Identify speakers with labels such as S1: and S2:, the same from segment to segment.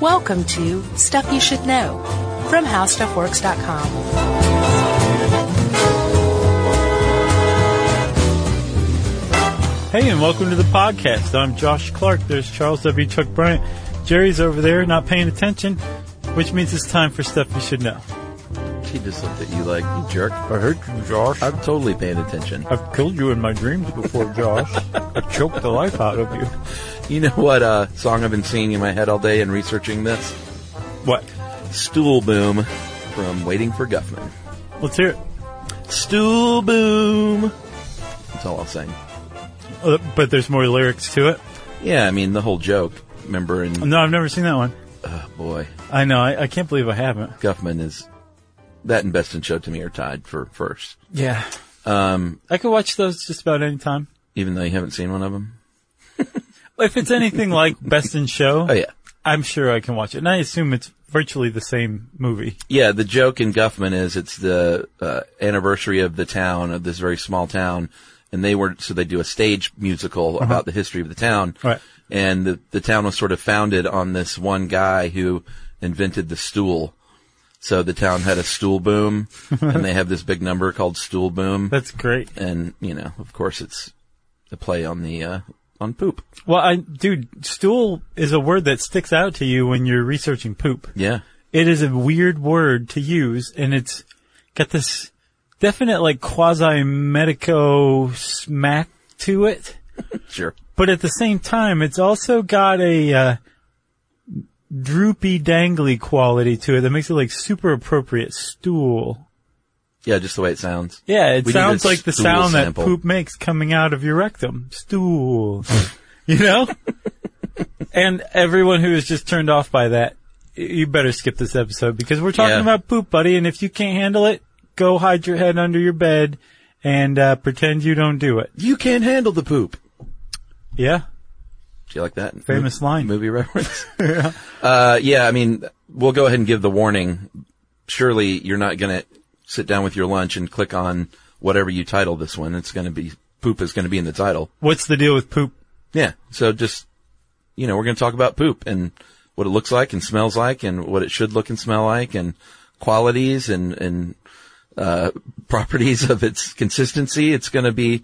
S1: Welcome to Stuff You Should Know from HowStuffWorks.com.
S2: Hey, and welcome to the podcast. I'm Josh Clark. There's Charles W. Chuck Bryant. Jerry's over there not paying attention, which means it's time for stuff you should know.
S3: She just looked at you like, you jerk.
S4: I heard you, Josh.
S3: I'm totally paying attention.
S2: I've killed you in my dreams before, Josh. I choked the life out of you.
S3: You know what uh, song I've been singing in my head all day and researching this?
S2: What?
S3: Stool Boom from Waiting for Guffman.
S2: Let's hear it.
S3: Stool Boom. That's all I'll sing.
S2: Uh, But there's more lyrics to it.
S3: Yeah, I mean, the whole joke. Remember, and,
S2: No, I've never seen that one.
S3: oh boy,
S2: I know. I, I can't believe I haven't.
S3: Guffman is, that and Best in Show to me are tied for first.
S2: Yeah.
S3: Um,
S2: I could watch those just about any time.
S3: even though you haven't seen one of them.
S2: If it's anything like Best in Show,
S3: Oh yeah.
S2: I'm sure I can watch it. And I assume it's virtually the same movie.
S3: Yeah, the joke in Guffman is it's the uh, anniversary of the town of this very small town, and they were so they do a stage musical about the history of the town.
S2: Right.
S3: And the the town was sort of founded on this one guy who invented the stool. So the town had a stool boom, and they have this big number called stool boom,
S2: That's great.
S3: and you know, of course, it's a play on the uh, on poop.
S2: Well, I, dude, stool is a word that sticks out to you when you're researching poop.
S3: Yeah.
S2: It is a weird word to use and it's got this definite like quasi medico smack to it.
S3: Sure.
S2: But at the same time, it's also got a, uh, droopy dangly quality to it that makes it like super appropriate. Stool.
S3: Yeah, just the way it sounds.
S2: Yeah, it
S3: We need a
S2: sounds like the
S3: stool
S2: sound
S3: sample.
S2: that poop makes coming out of your rectum. Stool. you know? and everyone who is just turned off by that, y- you better skip this episode because we're talking
S3: Yeah.
S2: about poop, buddy. And if you can't handle it, go hide your head under your bed and uh, pretend you don't do it.
S3: You can't handle the poop.
S2: Yeah?
S3: Do you like that?
S2: Famous line.
S3: Movie reference. yeah. Uh, yeah, I mean, we'll go ahead and give the warning. Surely you're not going to sit down with your lunch and click on whatever you title this one. It's going to be, poop is going to be in the title.
S2: What's the deal with poop?
S3: Yeah. So just, you know, we're going to talk about poop and what it looks like and smells like and what it should look and smell like and qualities and, and, uh, properties of its consistency. It's going to be,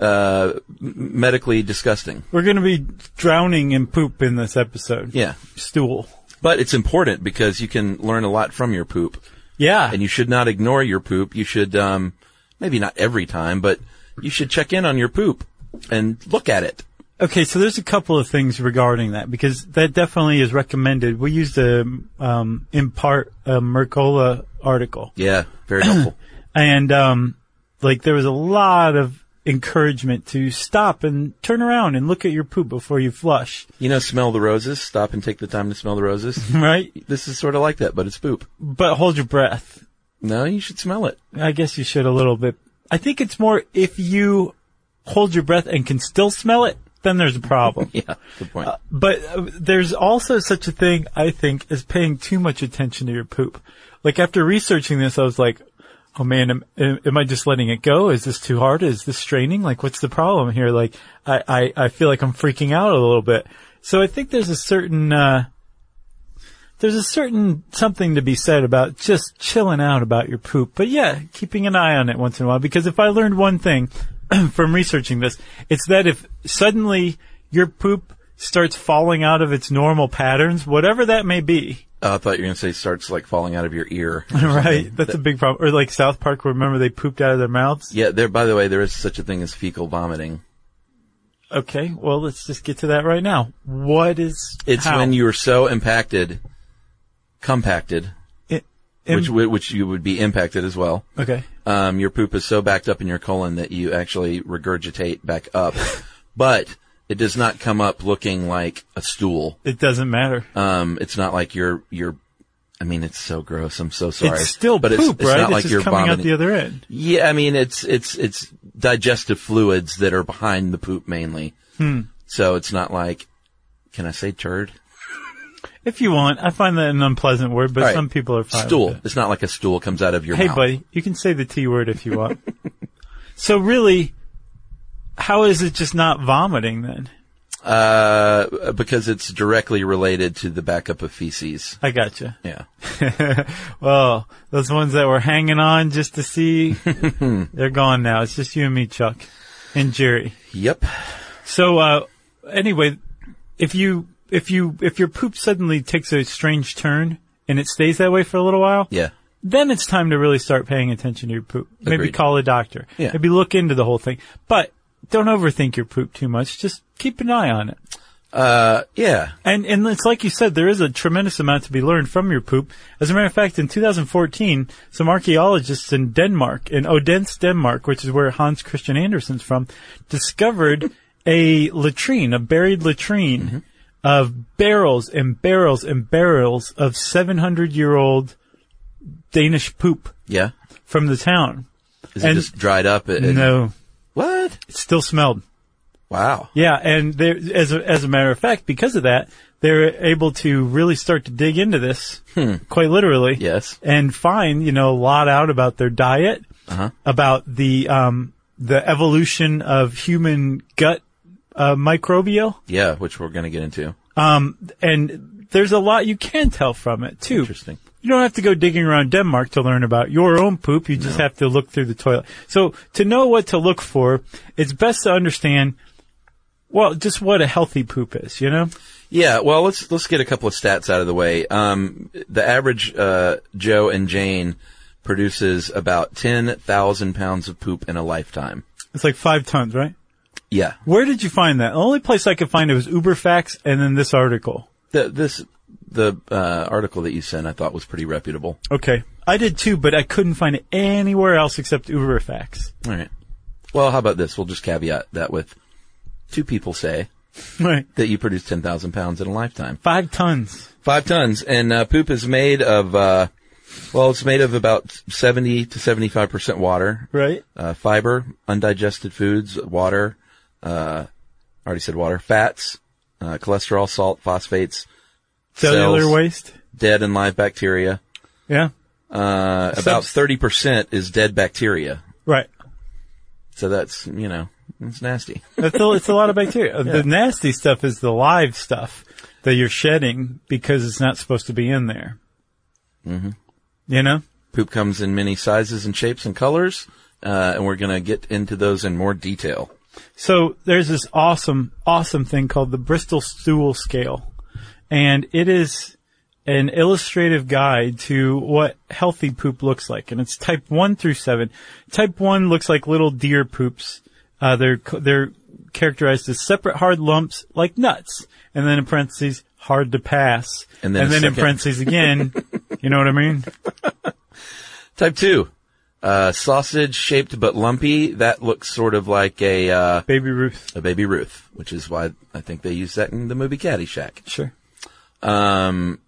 S3: uh, m- medically disgusting.
S2: We're going to be drowning in poop in this episode.
S3: Yeah.
S2: Stool.
S3: But it's important because you can learn a lot from your poop,
S2: Yeah.
S3: and you should not ignore your poop. You should, um, maybe not every time, but you should check in on your poop and look at it.
S2: Okay, so there's a couple of things regarding that because that definitely is recommended. We used a um, in part a Mercola article,
S3: Yeah, very helpful.
S2: and um, like there was a lot of encouragement to stop and turn around and look at your poop before you flush,
S3: you know, smell the roses. Stop and take the time to smell the roses.
S2: right?
S3: this is sort of like that, but it's poop.
S2: But hold your breath.
S3: No, you should smell it.
S2: I guess you should a little bit. I think it's more if you hold your breath and can still smell it, then there's a problem.
S3: Yeah, good point.
S2: But uh, there's also such a thing, I think, as paying too much attention to your poop. Like after researching this, I was like, oh man, am, am am I just letting it go? Is this too hard? Is this straining? Like what's the problem here? Like I, I, I feel like I'm freaking out a little bit. So I think there's a certain, uh, there's a certain something to be said about just chilling out about your poop. But yeah, keeping an eye on it once in a while. Because if I learned one thing from researching this, it's that if suddenly your poop starts falling out of its normal patterns, whatever that may be,
S3: Uh, I thought you were going to say starts like falling out of your ear.
S2: right? That's a big problem. Or like South Park, remember they pooped out of their mouths?
S3: yeah, there, by the way, there is such a thing as fecal vomiting.
S2: Okay, well, let's just get to that right now. What is
S3: It's
S2: how?
S3: when you are so impacted, compacted,
S2: It-
S3: which, which you would be impacted as well.
S2: okay.
S3: um, your poop is so backed up in your colon that you actually regurgitate back up, but it does not come up looking like a stool.
S2: It doesn't matter.
S3: Um, it's not like your your. I mean, it's so gross. I'm so sorry.
S2: it's still
S3: but
S2: poop,
S3: it's, it's
S2: right?
S3: not like
S2: just
S3: you're
S2: coming
S3: vomiting.
S2: out the other end.
S3: yeah, I mean, it's it's it's digestive fluids that are behind the poop mainly.
S2: Hmm.
S3: So it's not like, can I say turd?
S2: If you want, I find that an unpleasant word, but
S3: All right.
S2: some people are fine. with
S3: Stool.
S2: it.
S3: It's not like a stool comes out of your
S2: Hey,
S3: mouth.
S2: buddy, you can say the T word if you want. so really, how is it just not vomiting then?
S3: Uh, because it's directly related to the backup of feces.
S2: I gotcha.
S3: Yeah.
S2: Well, those ones that were hanging on just to see, they're gone now. It's just you and me, Chuck, and Jerry.
S3: Yep.
S2: So, uh, anyway, if you, if you, if your poop suddenly takes a strange turn and it stays that way for a little while,
S3: Yeah.
S2: then it's time to really start paying attention to your poop. Maybe
S3: Agreed.
S2: call a doctor.
S3: Yeah.
S2: Maybe look into the whole thing. But don't overthink your poop too much. Just keep an eye on it.
S3: Uh, yeah.
S2: And and it's like you said, there is a tremendous amount to be learned from your poop. As a matter of fact, in 2014, some archaeologists in Denmark, in Odense, Denmark, which is where Hans Christian Andersen's from, discovered a latrine, a buried latrine
S3: Mm-hmm.
S2: of barrels and barrels and barrels of 700 year old Danish poop
S3: Yeah.
S2: from the town.
S3: Is
S2: And-
S3: it just dried up? It, it-
S2: No,
S3: What?
S2: it still smelled.
S3: Wow.
S2: Yeah, and there, as a, as a matter of fact, because of that, they're able to really start to dig into this, quite literally.
S3: Hmm. Yes.
S2: And find, you know, a lot out about their diet,
S3: Uh-huh.
S2: about the, um, the evolution of human gut, uh, microbial.
S3: Yeah, which we're going to get into.
S2: And there's a lot you can tell from it, too.
S3: Interesting.
S2: You don't have to go digging around Denmark to learn about your own poop. You just have to look through the toilet. So to know what to look for, it's best to understand, well, just what a healthy poop is, you know?
S3: Yeah, well, let's let's get a couple of stats out of the way. Um, the average uh, Joe and Jane produces about ten thousand pounds of poop in a lifetime.
S2: It's like five tons, right?
S3: Yeah,
S2: Where did you find that? The only place I could find it was Uberfax and then this article.
S3: the, this the uh, article that you sent I thought was pretty reputable.
S2: Okay. I did too, but I couldn't find it anywhere else except Uberfax.
S3: All right. Well, how about this? We'll just caveat that with two people say
S2: Right.
S3: that you produce ten thousand pounds in a lifetime.
S2: Five tons.
S3: Five tons, and uh, poop is made of uh, well, it's made of about seventy to seventy-five percent water.
S2: Right.
S3: uh, fiber, undigested foods, water, uh, already said water, fats, uh, cholesterol, salt, phosphates,
S2: Cellular
S3: Cells.
S2: waste.
S3: dead and live bacteria.
S2: Yeah.
S3: Uh, about
S2: Subs-
S3: 30% is dead bacteria.
S2: Right.
S3: So that's, you know, it's nasty.
S2: That's a, it's a lot of bacteria. The nasty stuff is the live stuff that you're shedding because it's not supposed to be in there. Mm-hmm. You know?
S3: Poop comes in many sizes and shapes and colors, uh, and we're going to get into those in more detail.
S2: So there's this awesome, awesome thing called the Bristol Stool Scale. And it is an illustrative guide to what healthy poop looks like. And it's type one through seven. Type one looks like little deer poops. Uh, they're, co- they're characterized as separate hard lumps like nuts. And then in parentheses, hard to pass.
S3: And then a
S2: in
S3: second.
S2: parentheses again. you know what I mean?
S3: Type two, uh, sausage shaped but lumpy. That looks sort of like a, uh,
S2: Baby Ruth.
S3: a baby Ruth, which is why I think they use that in the movie Caddyshack.
S2: Sure.
S3: um,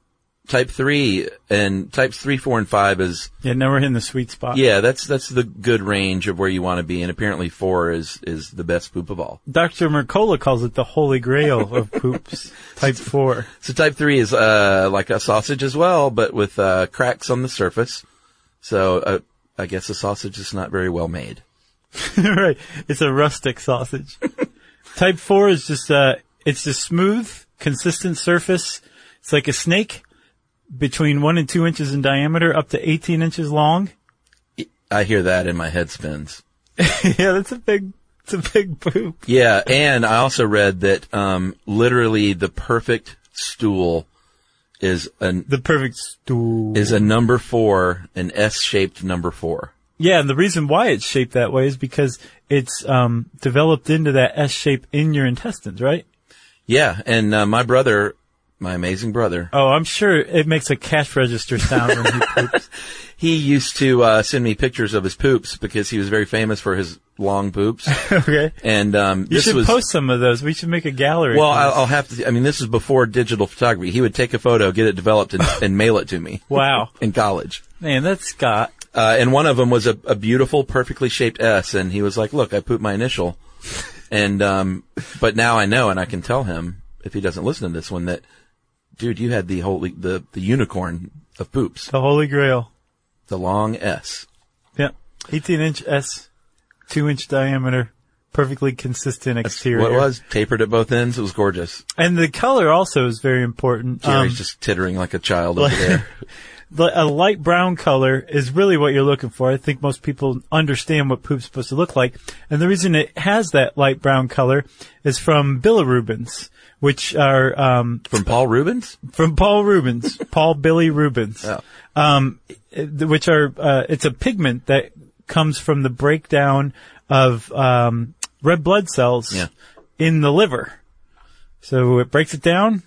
S3: type three and types three, four, and five is
S2: Yeah, now we're hitting the sweet spot.
S3: yeah, that's that's the good range of where you want to be, and apparently four is is the best poop of all.
S2: Dr. Mercola calls it the holy grail of poops. type four.
S3: So type three is uh like a sausage as well, but with uh, cracks on the surface. So uh, I guess a sausage is not very well made.
S2: right. It's a rustic sausage. Type four is just uh it's a smooth, consistent surface. It's like a snake between one and two inches in diameter, up to eighteen inches long.
S3: I hear that and my head spins.
S2: yeah, that's a big it's a big poop.
S3: Yeah, and I also read that um literally the perfect stool is an
S2: The perfect stool.
S3: is a number four, an S-shaped number four.
S2: yeah, and the reason why it's shaped that way is because it's um developed into that S shape in your intestines, right?
S3: Yeah, and uh, my brother, my amazing brother,
S2: Oh, I'm sure it makes a cash register sound when he poops.
S3: he used to uh, send me pictures of his poops because he was very famous for his long poops.
S2: okay.
S3: and um,
S2: You
S3: this
S2: should
S3: was
S2: post some of those. We should make a gallery.
S3: well,
S2: for
S3: I'll,
S2: this.
S3: I'll have to. I mean, this is before digital photography. He would take a photo, get it developed, and, and mail it to me.
S2: Wow.
S3: In college,
S2: Man, that's Scott.
S3: uh, and one of them was a, a beautiful, perfectly shaped S, and he was like, "Look, I pooped my initial," and um, but now I know, and I can tell him if he doesn't listen to this one that, dude, you had the holy the the unicorn of poops.
S2: The Holy Grail.
S3: The long S.
S2: Yeah. 18 inch S, 2 inch diameter, perfectly consistent exterior.
S3: What it was tapered at both ends. It was gorgeous.
S2: And the color also is very important.
S3: Jerry's
S2: Um,
S3: just tittering like a child over there.
S2: the- a light brown color is really what you're looking for. I think most people understand what poop's supposed to look like. And the reason it has that light brown color is from bilirubins, which are, um,
S3: From Paul Rubens?
S2: from Paul Rubens, Paul Billy Rubens,
S3: Oh.
S2: um, i- which are uh, it's a pigment that comes from the breakdown of um, red blood cells
S3: Yeah.
S2: in the liver. So it breaks it down,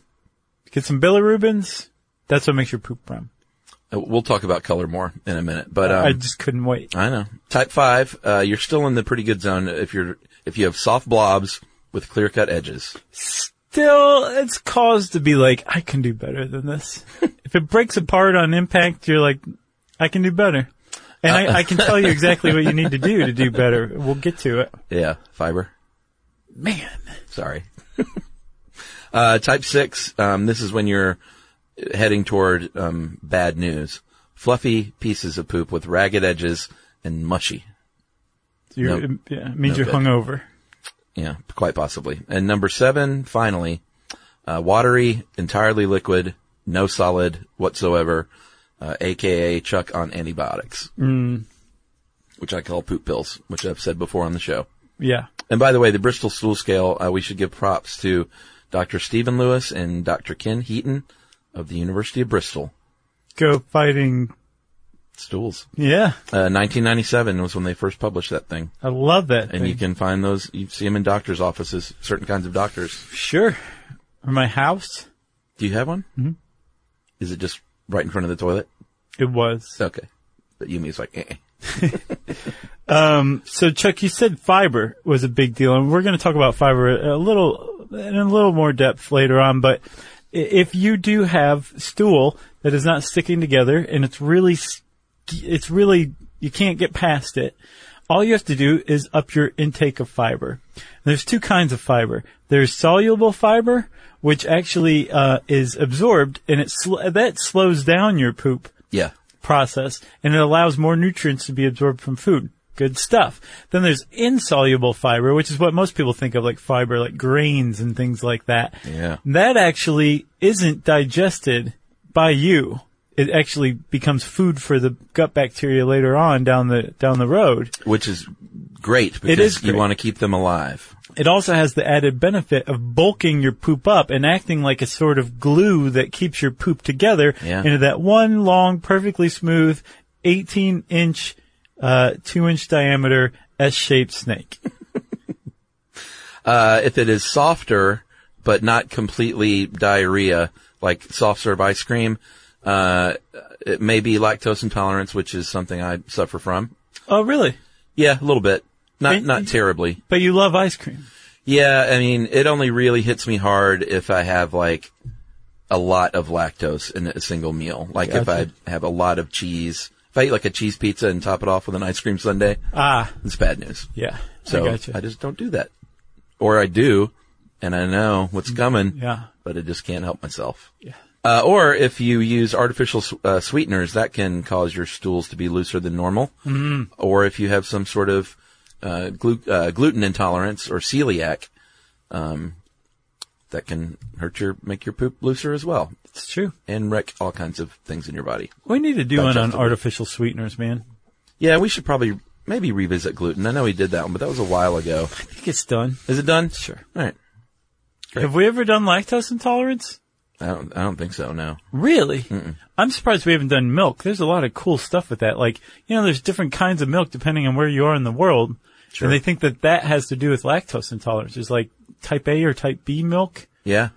S2: get some bilirubins. That's what makes your poop brown.
S3: Uh, We'll talk about color more in a minute, but um,
S2: I just couldn't wait.
S3: I know. Type five, uh, you're still in the pretty good zone if you're if you have soft blobs with clear cut edges.
S2: Still, it's cause to be like, I can do better than this. if it breaks apart on impact, you're like, I can do better. And
S3: Uh,
S2: I, I can tell you exactly what you need to do to do better. We'll get to it.
S3: Yeah, fiber.
S2: Man.
S3: Sorry. uh, type six, um, this is when you're heading toward um, bad news. Fluffy pieces of poop with ragged edges and mushy.
S2: You're,
S3: Nope.
S2: yeah, it means
S3: No
S2: you're
S3: good.
S2: hungover.
S3: Yeah, quite possibly. And number seven, finally, uh, watery, entirely liquid, no solid whatsoever, uh, aka Chuck on antibiotics. Mm. Which I call poop pills, which I've said before on the show.
S2: Yeah.
S3: And by the way, the Bristol stool scale, uh, we should give props to Dr. Stephen Lewis and Dr. Ken Heaton of the University of Bristol.
S2: Go fighting.
S3: Stools.
S2: Yeah.
S3: Uh, 1997 was when they first published that thing.
S2: I love that.
S3: And
S2: thing.
S3: you can find those, you see them in doctor's offices, certain kinds of doctors.
S2: Sure. Or my house.
S3: Do you have one? Mm-hmm. Is it just right in front of the toilet?
S2: It was.
S3: Okay. But Yumi's like, eh.
S2: Um, so Chuck, you said fiber was a big deal and we're going to talk about fiber a little, in a little more depth later on, but i- if you do have stool that is not sticking together and it's really, s- it's really, you can't get past it, all you have to do is up your intake of fiber. And there's two kinds of fiber. There's soluble fiber, which actually uh, is absorbed, and it sl- that slows down your poop
S3: Yeah.
S2: process, and it allows more nutrients to be absorbed from food. Good stuff. Then there's insoluble fiber, which is what most people think of like fiber, like grains and things like that.
S3: Yeah.
S2: That actually isn't digested by you. It actually becomes food for the gut bacteria later on down the, down the road.
S3: Which is great because
S2: is
S3: you
S2: great.
S3: want to keep them alive.
S2: It also has the added benefit of bulking your poop up and acting like a sort of glue that keeps your poop together
S3: Yeah.
S2: into that one long, perfectly smooth, 18 inch, uh, 2 inch diameter S shaped snake.
S3: Uh, if it is softer, but not completely diarrhea, like soft serve ice cream, uh, it may be lactose intolerance, which is something I suffer from.
S2: oh, really?
S3: Yeah, a little bit. Not,
S2: And-
S3: not terribly.
S2: But you love ice cream.
S3: Yeah, I mean, it only really hits me hard if I have like a lot of lactose in a single meal. Like
S2: Gotcha.
S3: if I have a lot of cheese, if I eat like a cheese pizza and top it off with an ice cream sundae,
S2: Ah,
S3: it's bad news.
S2: yeah.
S3: So
S2: I
S3: I,
S2: gotcha.
S3: just don't do that. Or I do, and I know what's coming,
S2: yeah.
S3: but I just can't help myself.
S2: Yeah.
S3: Uh, or if you use artificial s- uh, sweeteners, that can cause your stools to be looser than normal. Mm. Or if you have some sort of uh, glu- uh, gluten intolerance or celiac, um, that can hurt your make your poop looser as well
S2: It's true.
S3: and wreck all kinds of things in your body.
S2: We need to do one on
S3: Digestible.
S2: artificial sweeteners, man.
S3: Yeah, we should probably maybe revisit gluten. I know we did that one, but that was a while ago.
S2: I think it's done.
S3: Is it done?
S2: Sure.
S3: All right. Great.
S2: Have we ever done lactose intolerance?
S3: I don't. I don't think so. No.
S2: Really? I'm surprised we haven't done milk. There's a lot of cool stuff with that. Like, you know, there's different kinds of milk depending on where you are in the world.
S3: Sure.
S2: And they think that that has to do with lactose intolerance. There's like type A or type B milk.
S3: Yeah.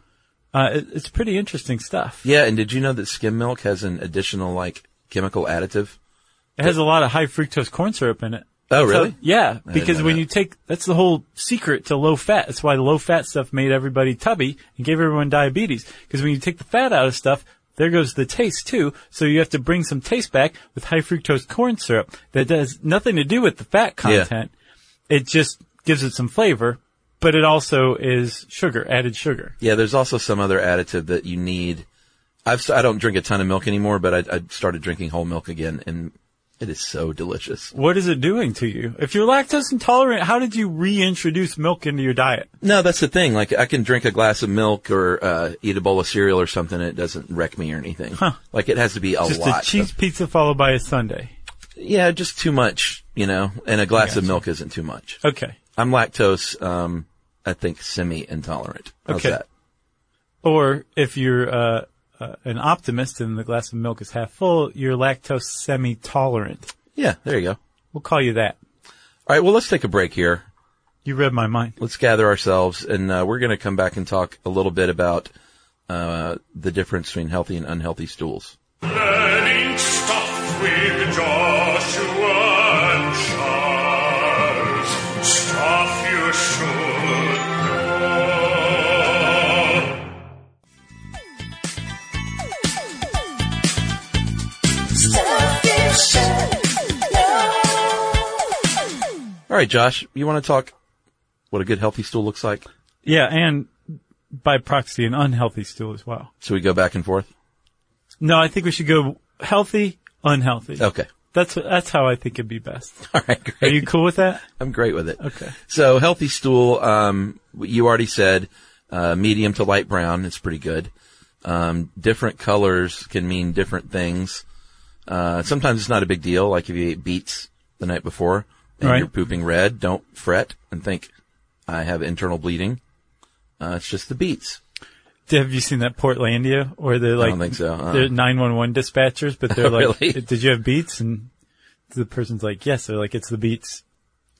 S2: Uh, it, it's pretty interesting stuff.
S3: Yeah. And did you know that skim milk has an additional like chemical additive?
S2: It has a lot of high fructose corn syrup in it.
S3: Oh,
S2: So-
S3: really?
S2: yeah, because
S3: know
S2: when
S3: that.
S2: you take, that's the whole secret to low fat. That's why low fat stuff made everybody tubby and gave everyone diabetes. Because when you take the fat out of stuff, there goes the taste too. So you have to bring some taste back with high fructose corn syrup that does nothing to do with the fat content. It just gives it some flavor, but it also is sugar, added sugar.
S3: Yeah, there's also some other additive that you need. I've st- I don't drink a ton of milk anymore, but I, I started drinking whole milk again, and It is so delicious.
S2: What is it doing to you? If you're lactose intolerant, how did you reintroduce milk into your diet?
S3: No, that's the thing. Like I can drink a glass of milk or uh, eat a bowl of cereal or something. And it doesn't wreck me or anything. Like it has to be a
S2: Just a
S3: lot.
S2: cheese
S3: of-
S2: pizza followed by a sundae.
S3: yeah, just too much, you know. And a glass of milk isn't too much.
S2: Okay.
S3: I'm lactose. Um, I think semi intolerant. How's
S2: Okay.
S3: that?
S2: Or if you're uh, uh, an optimist and the glass of milk is half full, you're lactose semi-tolerant.
S3: Yeah, there you go.
S2: We'll call you that.
S3: All right. Well, let's take a break here.
S2: You read my mind.
S3: let's gather ourselves and uh, we're going to come back and talk a little bit about uh, the difference between healthy and unhealthy stools.
S4: Learning stuff with Joshua and Charles. Stuff you should know.
S3: All right, Josh, you want to talk what a good healthy stool looks like?
S2: Yeah, and by proxy, an unhealthy stool as well.
S3: So we go back and forth.
S2: No, I think we should go healthy, unhealthy.
S3: Okay.
S2: That's that's how I think it'd be best.
S3: All right,
S2: Are
S3: great.
S2: you cool with that?
S3: I'm great with it.
S2: Okay.
S3: So healthy stool, um, you already said uh, medium to light brown is pretty good. Um, different colors can mean different things. Uh, sometimes it's not a big deal. Like if you ate beets the night before and
S2: Right.
S3: you're pooping red, don't fret and think I have internal bleeding. Uh, it's just the beets.
S2: Have you seen that Portlandia or the like?
S3: don't think so, uh-uh.
S2: They're nine one one dispatchers, but they're like,
S3: Really?
S2: "Did you have beats?" And the person's like, "Yes." They're like, "It's the beats."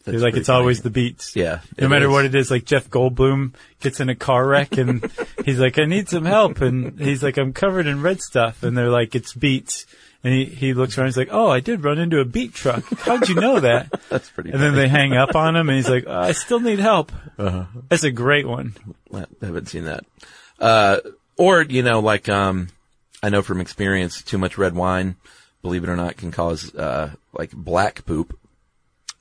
S2: They're
S3: That's
S2: like,
S3: pretty
S2: "It's always
S3: funny.
S2: the beats."
S3: Yeah,
S2: No
S3: it
S2: matter
S3: is.
S2: what it is, like Jeff Goldblum gets in a car wreck and he's like, "I need some help," and he's like, "I'm covered in red stuff," and they're like, "It's beats." And he, he looks around, he's like, oh, I did run into a beat truck. How'd you know that?
S3: That's pretty
S2: And then they hang up on him and he's like, "Oh, I still need help.
S3: Uh-huh.
S2: That's a great one.
S3: I haven't seen that. Uh, or, you know, like, um, I know from experience, too much red wine, believe it or not, can cause, uh, like black poop.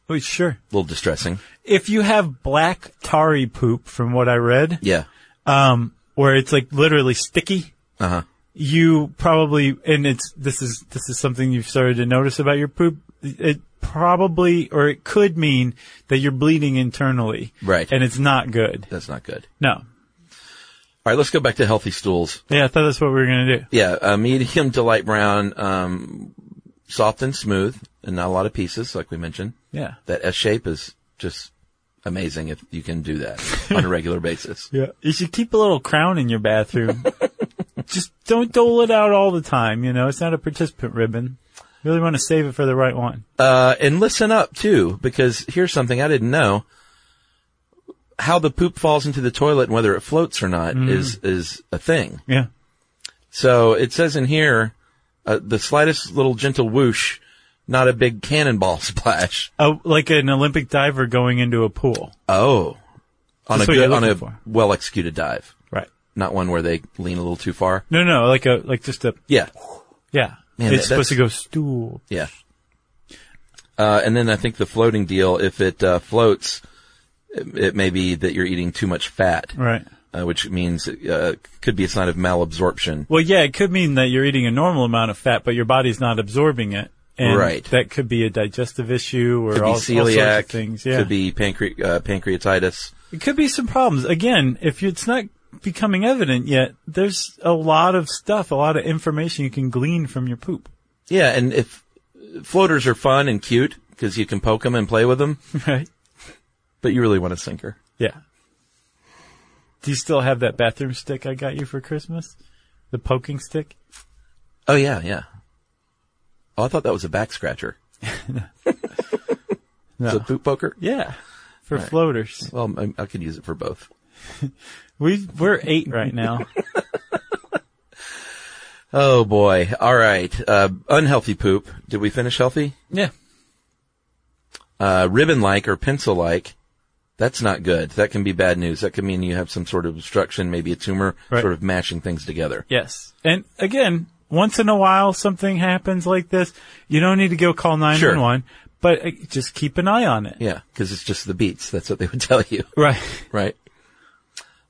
S3: A
S2: Oh, sure.
S3: little distressing.
S2: if you have black tarry poop, from what I read,
S3: Yeah.
S2: um, where it's like literally sticky,
S3: Uh huh.
S2: you probably, and it's, this is, this is something you've started to notice about your poop. It probably, or it could mean that you're bleeding internally.
S3: Right.
S2: And it's not good.
S3: That's not good.
S2: No.
S3: All right. Let's go back to healthy stools.
S2: Yeah, I thought that's what we were going to do.
S3: Yeah. Uh, medium to light brown, um, soft and smooth and not a lot of pieces, like we mentioned.
S2: Yeah.
S3: That S shape is just amazing if you can do that on a regular basis.
S2: Yeah. You should keep a little crown in your bathroom. Just don't dole it out all the time. You know, it's not a participant ribbon. You really want to save it for the right one.
S3: Uh, and listen up too, because here's something I didn't know. How the poop falls into the toilet and whether it floats or not
S2: Mm.
S3: is, is a thing.
S2: Yeah.
S3: So it says in here, uh, the slightest little gentle whoosh, not a big cannonball splash.
S2: Oh, like an Olympic diver going into a pool.
S3: Oh, on
S2: That's
S3: a
S2: what you're
S3: good, on
S2: looking
S3: a
S2: for.
S3: well executed dive,
S2: Right.
S3: not one where they lean a little too far.
S2: No, no, like a, like just a,
S3: Yeah.
S2: yeah.
S3: Man,
S2: it's
S3: that-
S2: supposed to go stool.
S3: Yeah. Uh, and then I think the floating deal, if it, uh, floats, it, it may be that you're eating too much fat.
S2: Right.
S3: uh, which means uh, could be a sign of malabsorption.
S2: Well, yeah, it could mean that you're eating a normal amount of fat, but your body's not absorbing it. And
S3: Right.
S2: That could be a digestive issue or
S3: Could be
S2: all, all sorts
S3: celiac.
S2: of things. Yeah.
S3: Could be pancre- uh, pancreatitis.
S2: It could be some problems. Again, if you, it's not becoming evident yet, there's a lot of stuff, a lot of information you can glean from your poop.
S3: Yeah, and if floaters are fun and cute because you can poke them and play with them,
S2: Right.
S3: but you really want a sinker.
S2: Yeah. Do you still have that bathroom stick I got you for Christmas? The poking stick?
S3: Oh yeah, yeah. Oh, I thought that was a back scratcher. It's a poop poker.
S2: Yeah. For floaters.
S3: Well, I, I could use it for both.
S2: We we're eight right now.
S3: Oh boy. All right. Uh, unhealthy poop. Did we finish healthy?
S2: yeah.
S3: uh, ribbon like or pencil like, that's not good. That can be bad news. That can mean you have some sort of obstruction, maybe a tumor,
S2: Right.
S3: sort of mashing things together.
S2: Yes. And again, once in a while something happens like this. You don't need to go call nine one one, but uh, just keep an eye on it.
S3: Yeah, because it's just the beats. That's what they would tell you,
S2: Right.
S3: right?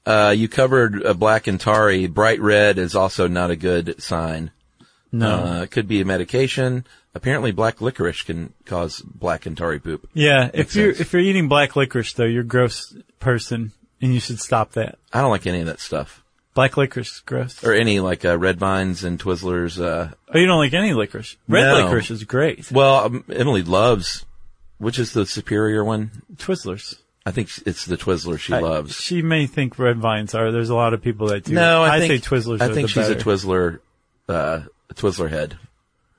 S3: Uh, you covered uh, black and tarry. Bright red is also not a good sign.
S2: No.
S3: Uh, it could be a medication. Apparently, black licorice can cause black Centauri poop.
S2: Yeah, if
S3: Makes
S2: you're
S3: sense.
S2: if you're eating black licorice though, you're a gross person, and you should stop that.
S3: I don't like any of that stuff.
S2: Black licorice is gross.
S3: Or any like uh, red vines and Twizzlers. Uh,
S2: oh, you don't like any licorice. Red
S3: No.
S2: licorice is great.
S3: well, um, Emily loves, which is the superior one?
S2: Twizzlers.
S3: I think it's the Twizzler she
S2: I-
S3: loves.
S2: she may think red vines are. There's a lot of people that do.
S3: no, I, think
S2: say Twizzlers.
S3: I
S2: are
S3: think
S2: the
S3: she's
S2: better.
S3: a Twizzler, uh, a Twizzler head.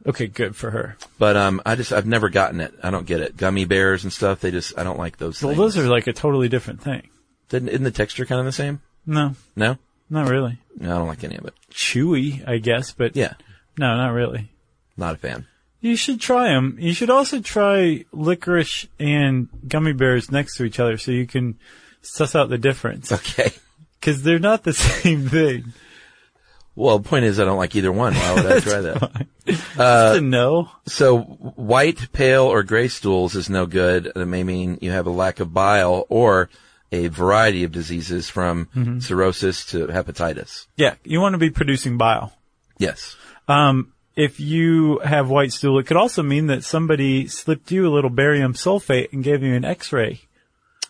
S2: Okay, good for her.
S3: But um, I just I've never gotten it. I don't get it. Gummy bears and stuff. They just I don't like those.
S2: Well,
S3: things.
S2: those are like a totally different thing.
S3: Didn't, isn't the texture kind of the same?
S2: No,
S3: No,
S2: not really.
S3: no, I don't like any of it.
S2: Chewy, I guess, but
S3: Yeah,
S2: no, not really.
S3: not a fan.
S2: You should try them. You should also try licorice and gummy bears next to each other so you can suss out the difference.
S3: Okay.
S2: Because they're not the same thing.
S3: Well, the point is, I don't like either one. Why would I try that? Uh,
S2: Just a no.
S3: So, white, pale, or gray stools is no good. It may mean you have a lack of bile or a variety of diseases from
S2: Mm-hmm.
S3: cirrhosis to hepatitis.
S2: Yeah, you want to be producing bile.
S3: Yes.
S2: Um, if you have white stool, it could also mean that somebody slipped you a little barium sulfate and gave you an X-ray.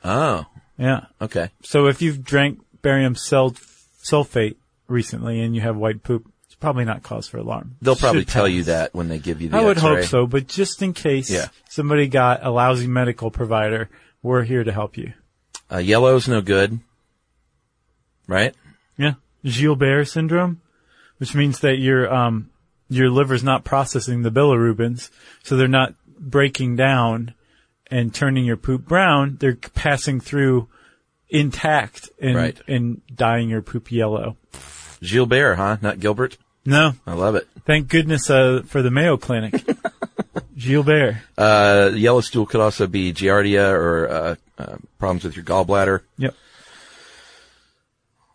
S3: Oh,
S2: Yeah.
S3: okay.
S2: So if you've drank barium sel- sulfate recently and you have white poop, it's probably not cause for alarm.
S3: They'll probably
S2: Should
S3: tell
S2: pass.
S3: you that when they give you the
S2: I would hope
S3: X-ray.
S2: so, but just in case
S3: Yeah.
S2: somebody got a lousy medical provider, we're here to help you.
S3: Uh, yellow's no good. Right?
S2: Yeah. Gilbert syndrome, which means that your, um, your liver's not processing the bilirubins, so they're not breaking down and turning your poop brown. They're passing through intact and,
S3: Right.
S2: and dyeing your poop yellow.
S3: Gilbert, huh? Not Gilbert.
S2: No,
S3: I love it.
S2: thank goodness, uh, for the Mayo Clinic. Gilbert.
S3: Uh, yellow stool could also be giardia or uh, uh, problems with your gallbladder.
S2: Yep.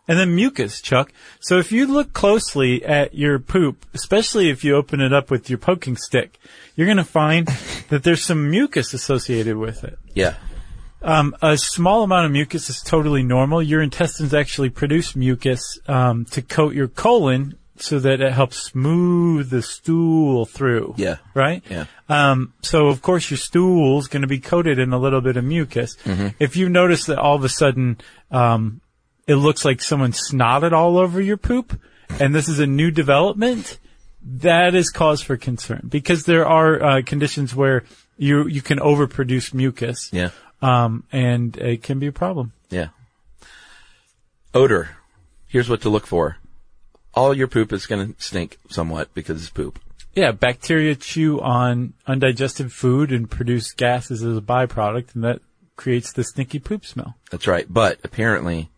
S2: And then mucus, Chuck. So if you look closely at your poop, especially if you open it up with your poking stick, you're going to find that there's some mucus associated with it.
S3: Yeah.
S2: Um, a small amount of mucus is totally normal. Your intestines actually produce mucus um, to coat your colon so that it helps smooth the stool through.
S3: Yeah.
S2: Right?
S3: Yeah.
S2: Um, so of course your stool's going to be coated in a little bit of mucus. If you notice that all of a sudden, um, it looks like someone snotted all over your poop, and this is a new development, that is cause for concern because there are uh, conditions where you you can overproduce mucus.
S3: Yeah.
S2: Um, and it can be a problem.
S3: Yeah. Odor. Here's what to look for. All your poop is going to stink somewhat because it's poop.
S2: Yeah, bacteria chew on undigested food and produce gases as a byproduct, and that creates the stinky poop smell.
S3: That's right. But apparently,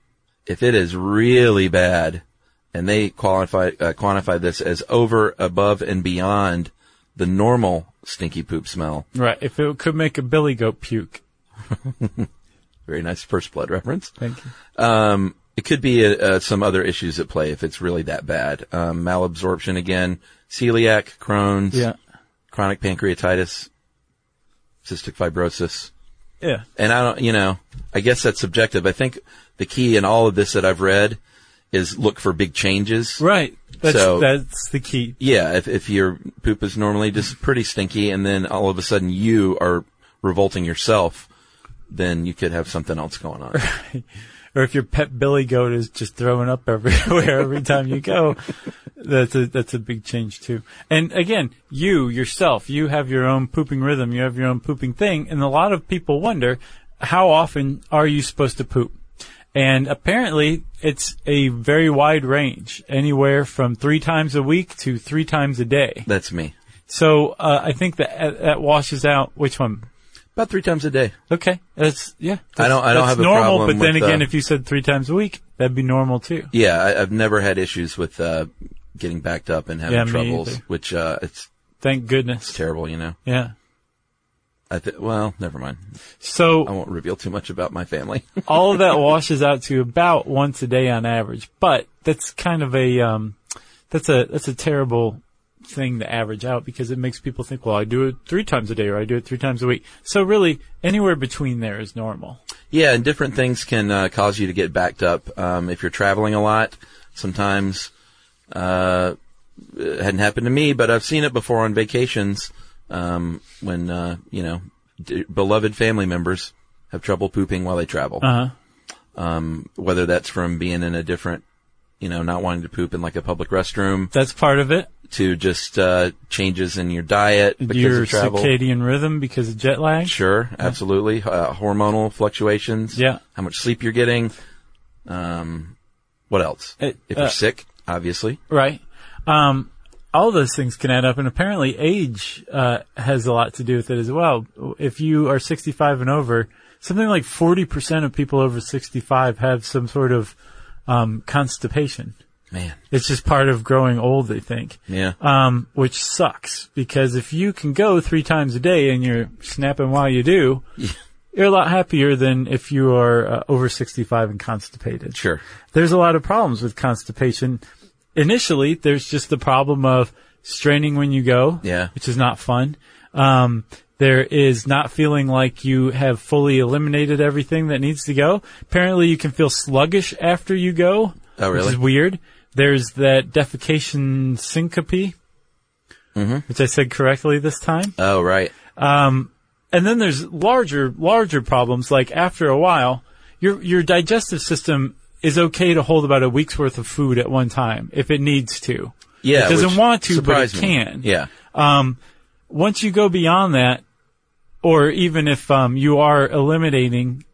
S3: if it is really bad, and they qualify uh, quantify this as over, above, and beyond the normal stinky poop smell.
S2: Right. If it could make a billy goat puke.
S3: Very nice first blood reference.
S2: Thank you.
S3: Um, it could be uh, uh, some other issues at play if it's really that bad. Um, malabsorption again, celiac, Crohn's,
S2: Yeah.
S3: chronic pancreatitis, cystic fibrosis.
S2: Yeah.
S3: And I don't, you know, I guess that's subjective. I think the key in all of this that I've read is look for big changes.
S2: Right. That's,
S3: So-
S2: that's the key.
S3: Yeah, if, if your poop is normally just pretty stinky and then all of a sudden you are revolting yourself, then you could have something else going on.
S2: Or if your pet billy goat is just throwing up everywhere every time you go, that's a, that's a big change too. And again, you yourself, you have your own pooping rhythm. You have your own pooping thing. And a lot of people wonder, how often are you supposed to poop? And apparently it's a very wide range, anywhere from three times a week to three times a day.
S3: That's me.
S2: So, uh, I think that, that washes out which one?
S3: About three times a day.
S2: Okay, that's yeah.
S3: I don't- I don't
S2: that's
S3: have a
S2: normal,
S3: problem
S2: But then
S3: with, uh,
S2: again, if you said three times a week, that'd be normal too.
S3: Yeah, I, I've never had issues with uh, getting backed up and having
S2: Yeah, me
S3: troubles,
S2: either.
S3: which uh, it's
S2: Thank goodness.
S3: terrible, you know.
S2: Yeah.
S3: I th- well, never mind. I
S2: So
S3: won't reveal too much about my family.
S2: all of that washes out to about once a day on average, but that's kind of a um, that's a that's a terrible thing to average out because it makes people think, well, I do it three times a day or I do it three times a week. So really, anywhere between there is normal.
S3: yeah, and different things can uh, cause you to get backed up. Um, if you're traveling a lot, sometimes uh, hadn't happened to me, but I've seen it before on vacations um, when uh, you know d- beloved family members have trouble pooping while they travel. Um,
S2: Uh huh.
S3: Whether that's from being in a different, you know, not wanting to poop in like a public restroom,
S2: That's part of it.
S3: to just uh, changes in your diet because
S2: Your
S3: of travel.
S2: circadian rhythm because of jet lag.
S3: Sure, absolutely. Uh, hormonal fluctuations.
S2: Yeah.
S3: How much sleep you're getting. Um, what else?
S2: It-
S3: if you're
S2: uh,
S3: sick, obviously.
S2: Right. Um, all those things can add up, and apparently age uh, has a lot to do with it as well. If you are 65 and over, something like 40% of people over 65 have some sort of um, constipation.
S3: Man.
S2: It's just part of growing old, they think.
S3: Yeah.
S2: Um, which sucks because if you can go three times a day and you're snapping while you do, you're a lot happier than if you are uh, over 65 and constipated
S3: Sure.
S2: there's a lot of problems with constipation. Initially, there's just the problem of straining when you go,
S3: Yeah.
S2: which is not fun. Um, there is not feeling like you have fully eliminated everything that needs to go. Apparently, you can feel sluggish after you go.
S3: Oh, really?
S2: Which is weird. There's that defecation syncope,
S3: Mm-hmm.
S2: which I said correctly this time.
S3: Oh, right.
S2: And then there's larger, larger problems. Like after a while, your your digestive system is okay to hold about a week's worth of food at one time if it needs to.
S3: Yeah.
S2: it doesn't
S3: which
S2: want to, but it
S3: surprised me.
S2: can.
S3: Yeah.
S2: Once you go beyond that, or even if um, you are eliminating,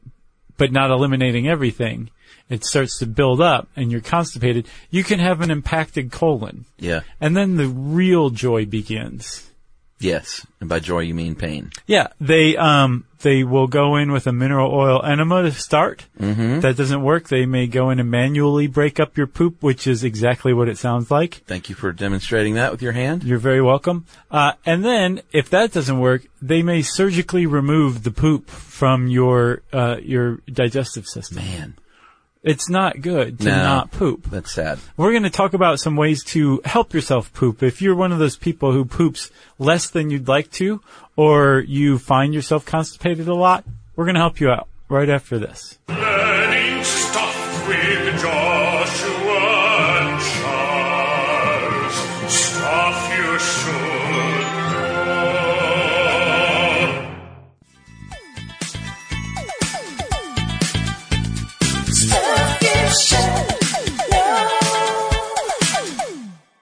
S2: but not eliminating everything, it starts to build up, and you're constipated. You can have an impacted colon,
S3: Yeah.
S2: and then the real joy begins.
S3: Yes. And by joy, you mean pain.
S2: Yeah, they um they will go in with a mineral oil enema to start. Mm-hmm. If that doesn't work, they may go in and manually break up your poop, which is exactly what it sounds like.
S3: Thank you for demonstrating that with your hand.
S2: You're very welcome. Uh, and then if that doesn't work, they may surgically remove the poop from your uh, your digestive system.
S3: Man,
S2: It's not good to
S3: No.
S2: not poop.
S3: that's sad.
S2: We're going to talk about some ways to help yourself poop. If you're one of those people who poops less than you'd like to, or you find yourself constipated a lot, we're going to help you out right after this.
S4: Learning stuff with Joshua and Charles. Stuff you should know.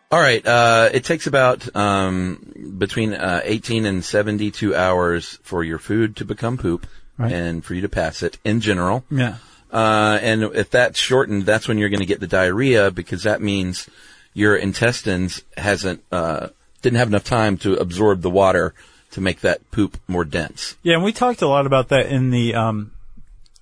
S3: All right. Uh, it takes about um, between uh, 18 and 72 hours for your food to become poop
S2: Right.
S3: and for you to pass it in general.
S2: Yeah.
S3: Uh, and if that's shortened, that's when you're going to get the diarrhea because that means your intestines hasn't uh, didn't have enough time to absorb the water to make that poop more dense.
S2: Yeah, and we talked a lot about that in the um,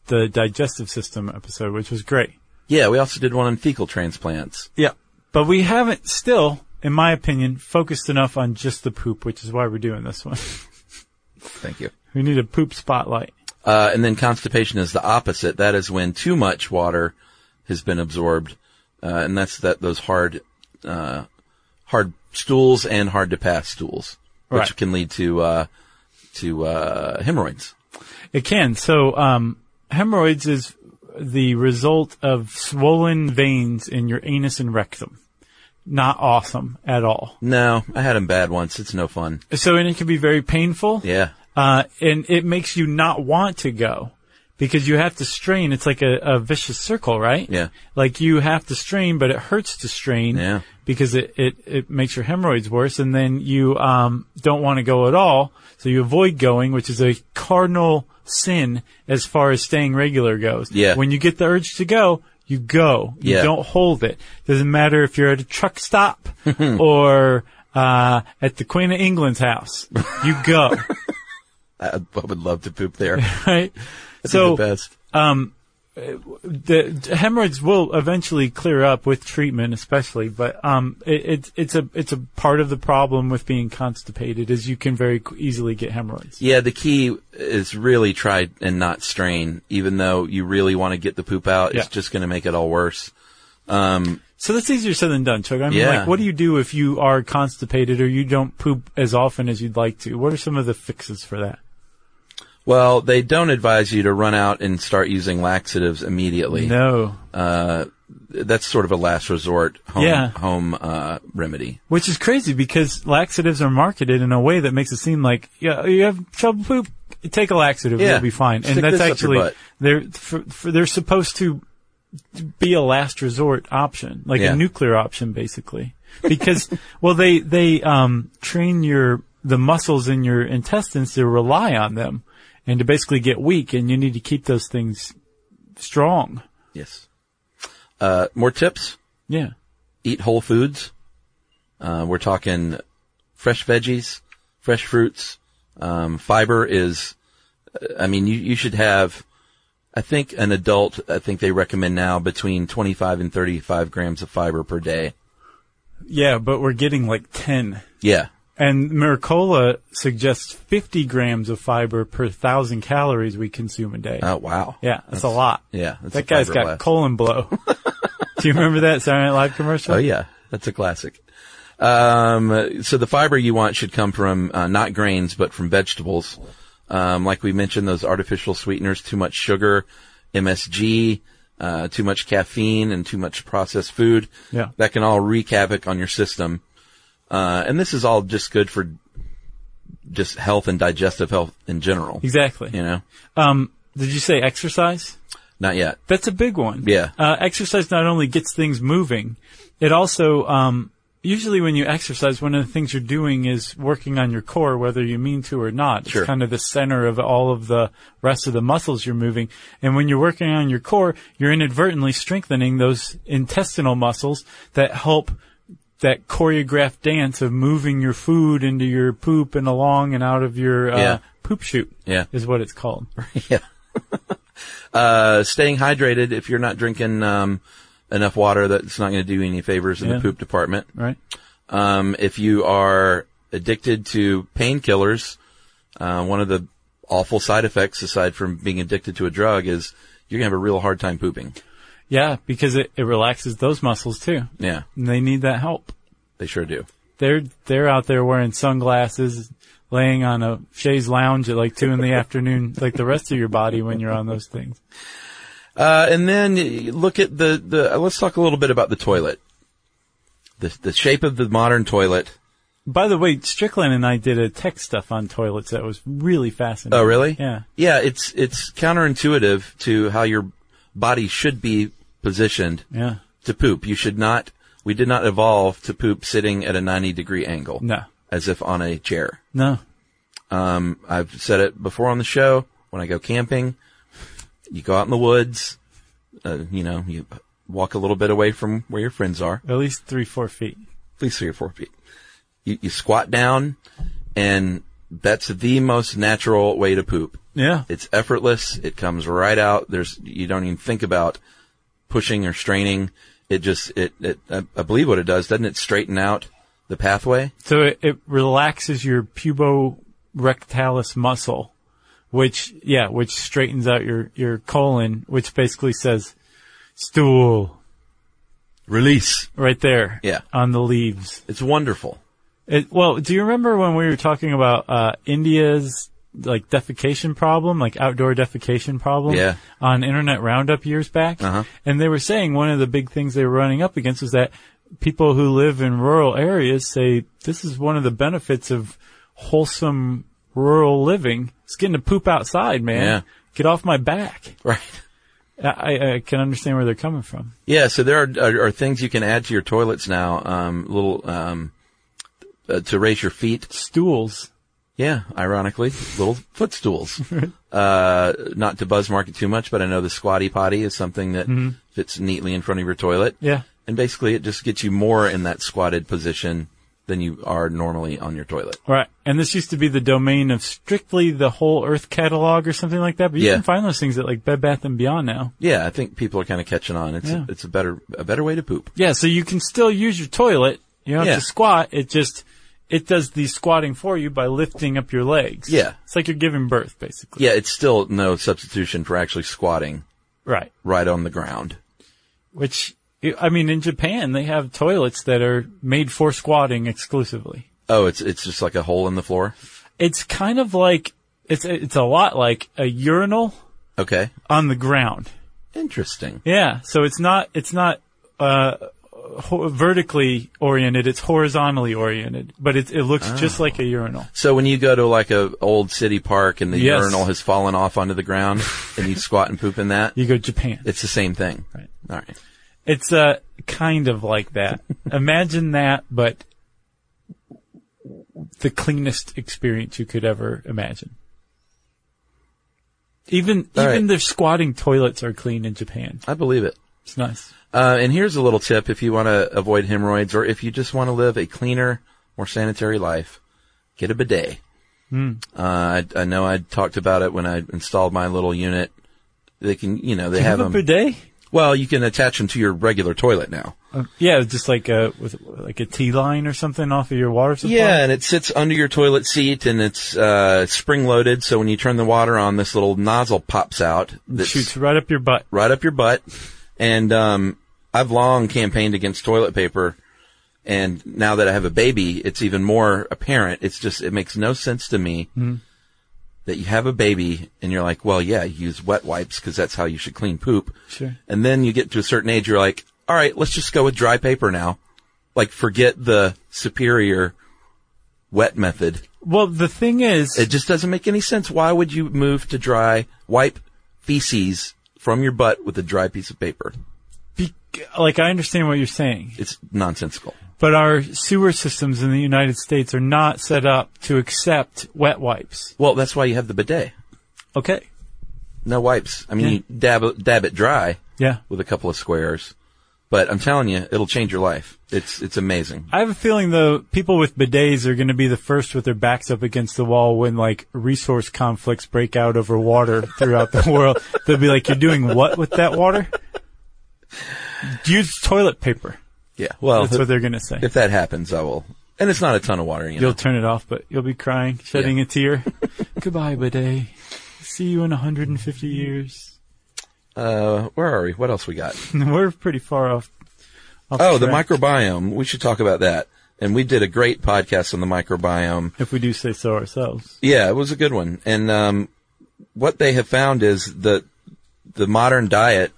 S2: the digestive system episode, which was great.
S3: Yeah, we also did one on fecal transplants.
S2: Yeah. But we haven't still, in my opinion, focused enough on just the poop, which is why we're doing this one.
S3: Thank you.
S2: we need a poop spotlight.
S3: Uh, and then constipation is the opposite. That is when too much water has been absorbed, uh, and that's that those hard, uh, hard stools and hard to pass stools, which
S2: Right.
S3: can lead to uh, to uh, hemorrhoids.
S2: It can. So, um, hemorrhoids is the result of swollen veins in your anus and rectum. Not awesome at all.
S3: No, I had them bad once. It's no fun.
S2: So, and it can be very painful.
S3: Yeah,
S2: Uh, and it makes you not want to go because you have to strain. It's like a, a vicious circle, right?
S3: Yeah.
S2: Like you have to strain, but it hurts to strain
S3: Yeah.
S2: because it, it, it makes your hemorrhoids worse. And then you, um, don't want to go at all. So you avoid going, which is a cardinal sin as far as staying regular goes.
S3: Yeah.
S2: When you get the urge to go, you go. You
S3: Yeah.
S2: don't hold it. Doesn't matter if you're at a truck stop or, uh, at the Queen of England's house. You go.
S3: I, I would love to poop there.
S2: right?
S3: so
S2: so
S3: the best.
S2: the, the hemorrhoids will eventually clear up with treatment, especially. But um, it, it's it's a it's a part of the problem with being constipated is you can very qu- easily get hemorrhoids.
S3: Yeah, the key is really try and not strain, even though you really want to get the poop out.
S2: Yeah.
S3: It's just going to make it all worse.
S2: So that's easier said than done, Chuck. I mean,
S3: Yeah.
S2: like, what do you do if you are constipated or you don't poop as often as you'd like to? What are some of the fixes for that?
S3: Well, they don't advise you to run out and start using laxatives immediately.
S2: No,
S3: Uh, that's sort of a last resort home,
S2: Yeah.
S3: home uh, remedy.
S2: Which is crazy because laxatives are marketed in a way that makes it seem like yeah, you have trouble poop, take a laxative,
S3: Yeah.
S2: you'll be fine.
S3: Stick
S2: and that's
S3: this up your
S2: actually
S3: butt.
S2: they're for, for, they're supposed to be a last resort option, like
S3: Yeah.
S2: a nuclear option, basically. Because well, they they um, train your the muscles in your intestines to rely on them and to basically get weak, and you need to keep those things strong.
S3: Yes. Uh, more tips.
S2: Yeah.
S3: eat whole foods. Uh, we're talking fresh veggies, fresh fruits. Um, fiber is, I mean, you, you should have, I think an adult, I think they recommend now between 25 and 35 grams of fiber per day.
S2: Yeah, but we're getting like 10
S3: Yeah.
S2: And Miracola suggests 50 grams of fiber per thousand calories we consume a day.
S3: Oh, wow.
S2: yeah, that's, a lot.
S3: Yeah. that's
S2: that
S3: a
S2: guy's
S3: fiber
S2: got
S3: blast.
S2: colon blow. Do you remember that Saturday Night Live commercial?
S3: Oh yeah, that's a classic. Um, so the fiber you want should come from uh, not grains, but from vegetables. Um, like we mentioned, those artificial sweeteners, too much sugar, MSG, uh, too much caffeine, and too much processed food.
S2: Yeah.
S3: that can all wreak havoc on your system. Uh, and this is all just good for just health and digestive health in general.
S2: Exactly.
S3: You know,
S2: Um, did you say exercise?
S3: not yet.
S2: That's a big one.
S3: Yeah.
S2: Uh, exercise not only gets things moving, it also, um, usually when you exercise, one of the things you're doing is working on your core, whether you mean to or not.
S3: Sure.
S2: It's kind of the center of all of the rest of the muscles you're moving. And when you're working on your core, you're inadvertently strengthening those intestinal muscles that help that choreographed dance of moving your food into your poop and along and out of your uh,
S3: Yeah.
S2: poop chute
S3: Yeah.
S2: is what it's called.
S3: Yeah. uh, staying hydrated. If you're not drinking, um, enough water, that's not going to do you any favors in
S2: Yeah.
S3: the poop department.
S2: Right?
S3: Um, if you are addicted to painkillers, uh, one of the awful side effects aside from being addicted to a drug is you're going to have a real hard time pooping.
S2: Yeah, because it, it relaxes those muscles too.
S3: Yeah.
S2: And they need that help.
S3: They sure do.
S2: They're they're out there wearing sunglasses, laying on a chaise lounge at like two in the afternoon, like the rest of your body when you're on those things.
S3: Uh, and then y- look at the, the, uh, let's talk a little bit about the toilet. The, the shape of the modern toilet.
S2: By the way, Strickland and I did a tech stuff on toilets that was really fascinating.
S3: Oh, really?
S2: Yeah.
S3: Yeah, it's it's counterintuitive to how your body should be positioned
S2: Yeah.
S3: to poop. You should not. We did not evolve to poop sitting at a 90 degree angle.
S2: No.
S3: As if on a chair.
S2: No.
S3: Um, I've said it before on the show. When I go camping, you go out in the woods. Uh, you know, you walk a little bit away from where your friends are,
S2: At least three, four feet.
S3: at least three or four feet. You, you squat down, and that's the most natural way to poop.
S2: Yeah.
S3: It's effortless. It comes right out. There's, you don't even think about pushing or straining. It just, it, it, I, I believe what it does, doesn't it straighten out the pathway?
S2: So it, it relaxes your puborectalis muscle, which yeah, which straightens out your your colon, which basically says stool
S3: Release.
S2: right there.
S3: Yeah.
S2: On the leaves.
S3: It's wonderful.
S2: It, well, do you remember when we were talking about uh, India's like defecation problem, like outdoor defecation problem,
S3: Yeah.
S2: on Internet Roundup years back?
S3: Uh-huh.
S2: And they were saying one of the big things they were running up against was that people who live in rural areas say this is one of the benefits of wholesome rural living. It's getting to poop outside, man.
S3: Yeah.
S2: Get off my back.
S3: Right.
S2: I, I- I can understand where they're coming from.
S3: Yeah. So there are, are, are things you can add to your toilets now. Um, little, um, uh, to raise your feet.
S2: Stools.
S3: Yeah. Ironically, little footstools. uh, not to buzz market too much, but I know the squatty potty is something that fits neatly in front of your toilet.
S2: Mm-hmm. Yeah.
S3: And basically it just gets you more in that squatted position than you are normally on your toilet.
S2: Right. And this used to be the domain of strictly the whole Earth catalog or something like that, but you
S3: Yeah.
S2: can find those things at like Bed Bath and Beyond now.
S3: Yeah, I think people are kind of catching on. It's
S2: Yeah.
S3: a, it's a better a better way to poop.
S2: Yeah, so you can still use your toilet. You don't
S3: Yeah.
S2: have to squat. It just it does the squatting for you by lifting up your legs.
S3: Yeah.
S2: It's like you're giving birth basically.
S3: Yeah, it's still no substitution for actually squatting
S2: Right.
S3: right on the ground.
S2: Which I mean in Japan they have toilets that are made for squatting exclusively.
S3: Oh, it's it's just like a hole in the floor.
S2: It's kind of like it's it's a lot like a urinal
S3: Okay,
S2: on the ground.
S3: Interesting.
S2: Yeah, so it's not it's not uh, ho- vertically oriented; it's horizontally oriented. But it it looks just like a urinal.
S3: So when you go to like a old city park and the
S2: Yes.
S3: urinal has fallen off onto the ground and you squat and poop in that,
S2: You go Japan.
S3: it's the same thing.
S2: Right.
S3: All right.
S2: It's uh, kind of like that. Imagine that, but the cleanest experience you could ever imagine. Even
S3: All
S2: even
S3: right.
S2: their squatting toilets are clean in Japan.
S3: I believe it.
S2: It's nice.
S3: Uh, and here's a little tip if you want to avoid hemorrhoids or if you just want to live a cleaner, more sanitary life, get a bidet.
S2: Hmm.
S3: Uh, I, I know I talked about it when I installed my little unit. They can, you know, they
S2: Have,
S3: have,
S2: a
S3: them.
S2: bidet?
S3: Well, you can attach them to your regular toilet now.
S2: Uh, yeah, just like a with like a T line or something off of your water supply.
S3: Yeah, and it sits under your toilet seat, and it's uh, spring loaded. So when you turn the water on, this little nozzle pops out that
S2: shoots right up your butt.
S3: right up your butt. And um, I've long campaigned against toilet paper, and now that I have a baby, it's even more apparent. It's just it makes no sense to me that you have a baby and you're like, well, yeah, use wet wipes because that's how you should clean poop.
S2: Sure.
S3: And then you get to a certain age, you're like, all right, let's just go with dry paper now. Like, forget the superior wet method.
S2: Well, the thing is,
S3: It just doesn't make any sense. Why would you move to dry wipe feces from your butt with a dry piece of paper?
S2: be- like I understand what you're saying,
S3: It's nonsensical.
S2: but our sewer systems in the United States are not set up to accept wet wipes.
S3: Well, that's why you have the bidet.
S2: Okay.
S3: No wipes. I mean,
S2: Yeah.
S3: you dab dab it dry
S2: Yeah.
S3: with a couple of squares, but I'm telling you, it'll change your life. It's it's amazing.
S2: I have a feeling though, people with bidets are going to be the first with their backs up against the wall when like resource conflicts break out over water throughout the world. They'll be like, "You're doing what with that water? Use toilet paper."
S3: Yeah. Well,
S2: That's what they're going to say.
S3: if that happens, I will. And it's not a ton of water, you know.
S2: You'll turn it off, but you'll be crying, shedding
S3: Yeah.
S2: a tear. Goodbye, bidet. See you in 150 years.
S3: Uh, where are we? What else we got?
S2: We're pretty far off. off
S3: Oh, the
S2: track,
S3: microbiome. We should talk about that. And we did a great podcast on the microbiome.
S2: If we do say so ourselves.
S3: Yeah, it was a good one. And um, what they have found is that the modern diet,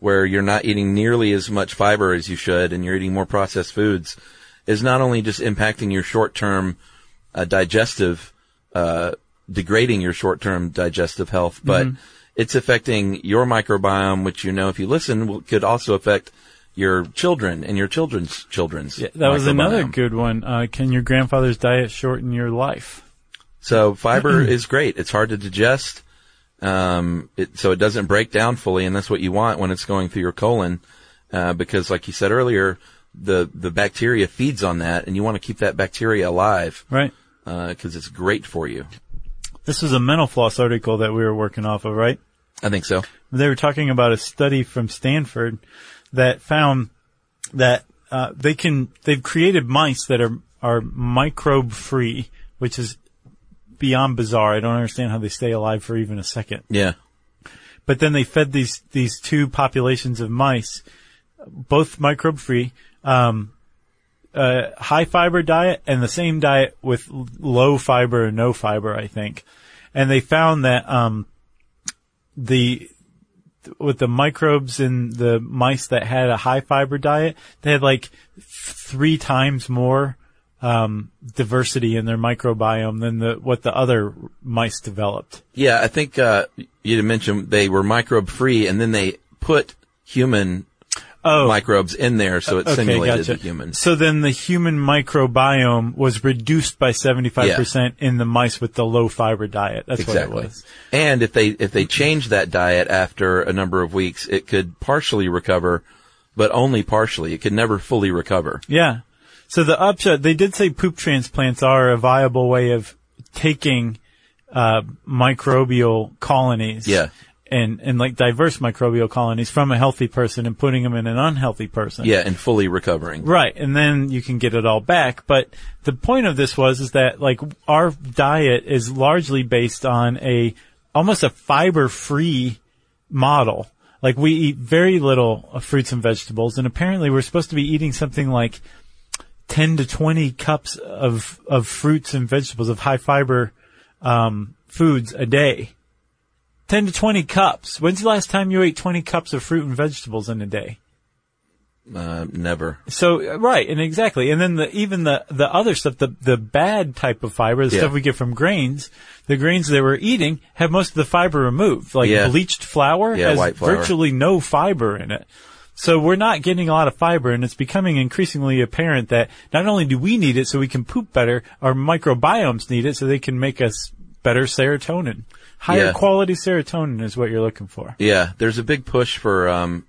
S3: where you're not eating nearly as much fiber as you should, and you're eating more processed foods, is not only just impacting your short-term uh, digestive, uh, degrading your short-term digestive
S2: Mm-hmm.
S3: health, but it's affecting your microbiome, which you know, if you listen, will, could also affect your children and your children's children's.
S2: Yeah, that was another
S3: microbiome.
S2: good one. Uh, can your grandfather's diet shorten your life?
S3: So fiber is great. It's hard to digest. Um, it, so it doesn't break down fully, and that's what you want when it's going through your colon, uh, because like you said earlier, the the bacteria feeds on that, and you want to keep that bacteria alive
S2: Right.
S3: because it's great for you.
S2: This was a mental floss article that we were working off of, right?
S3: I think so.
S2: they were talking about a study from Stanford that found that uh, they can they've created mice that are are microbe free, which is beyond bizarre. I don't understand how they stay alive for even a second.
S3: Yeah.
S2: But then they fed these these two populations of mice, both microbe free, um, uh, high fiber diet and the same diet with l- low fiber and no fiber, I think. And they found that um, the with the microbes in the mice that had a high fiber diet, they had like three times more um, diversity in their microbiome than the what the other mice developed.
S3: Yeah, I think uh, you had mentioned they were microbe free, and then they put human
S2: Oh,
S3: microbes in there, so it simulated
S2: gotcha.
S3: the human.
S2: So then the human microbiome was reduced by 75% in the mice with the low fiber diet. That's what it was.
S3: And if they if they change that diet after a number of weeks, it could partially recover, but only partially. It could never fully recover.
S2: Yeah. So the upshot, they did say poop transplants are a viable way of taking uh, microbial colonies.
S3: Yeah.
S2: And, and like diverse microbial colonies from a healthy person and putting them in an unhealthy person.
S3: Yeah, and fully recovering.
S2: Right, and then you can get it all back. But the point of this was is that like our diet is largely based on a almost a fiber free model. Like we eat very little of fruits and vegetables, and apparently we're supposed to be eating something like ten to twenty cups of of fruits and vegetables of high fiber um, foods a day. 10 to 20 cups. When's the last time you ate 20 cups of fruit and vegetables in a day?
S3: Uh, never.
S2: So uh, right, and exactly, and then the even the the other stuff, the the bad type of fiber, the
S3: Yeah.
S2: stuff we get from grains, the grains they were eating have most of the fiber removed. Like
S3: Yeah.
S2: bleached flour
S3: Yeah,
S2: has
S3: white flour.
S2: virtually no fiber in it. So we're not getting a lot of fiber, and it's becoming increasingly apparent that not only do we need it so we can poop better, our microbiomes need it so they can make us better serotonin. Higher
S3: Yeah.
S2: quality serotonin is what you're looking for.
S3: Yeah, there's a big push for um,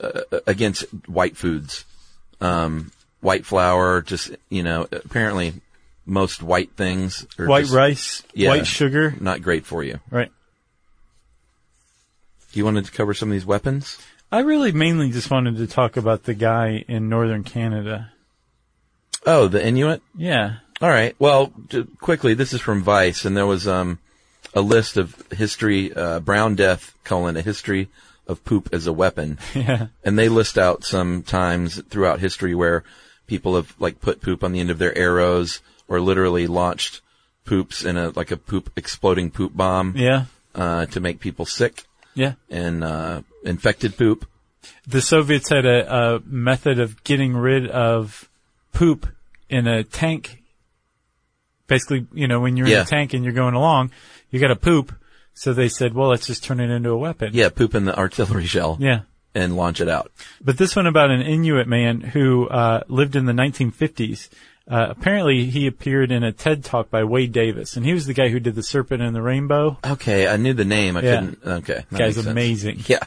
S3: uh, against white foods, um, white flour. Just you know, apparently most white things, are
S2: White
S3: just
S2: rice,
S3: Yeah.
S2: white sugar,
S3: not great for you.
S2: right?
S3: You wanted to cover some of these weapons.
S2: I really mainly just wanted to talk about the guy in northern Canada.
S3: Oh, the Inuit.
S2: Yeah.
S3: All right. Well, j- quickly, this is from Vice, and there was um, a list of history uh, Brown Death colon a history of poop as a weapon.
S2: Yeah.
S3: and they list out some times throughout history where people have like put poop on the end of their arrows or literally launched poops in a like a poop exploding poop bomb
S2: Yeah.
S3: uh, to make people sick
S2: Yeah.
S3: and uh, infected poop.
S2: The Soviets had a, a method of getting rid of poop in a tank. Basically, you know, when you're in
S3: Yeah.
S2: a tank and you're going along, you got to poop. So they said, well, let's just turn it into a weapon.
S3: Yeah, poop in the artillery shell
S2: Yeah.
S3: and launch it out.
S2: But this one about an Inuit man who uh, lived in the 1950s. Uh, apparently, he appeared in a TED talk by Wade Davis, and he was the guy who did the Serpent and the Rainbow.
S3: Okay, I knew the name. I
S2: Yeah.
S3: couldn't. Okay, that
S2: Guy's
S3: makes sense.
S2: amazing.
S3: Yeah,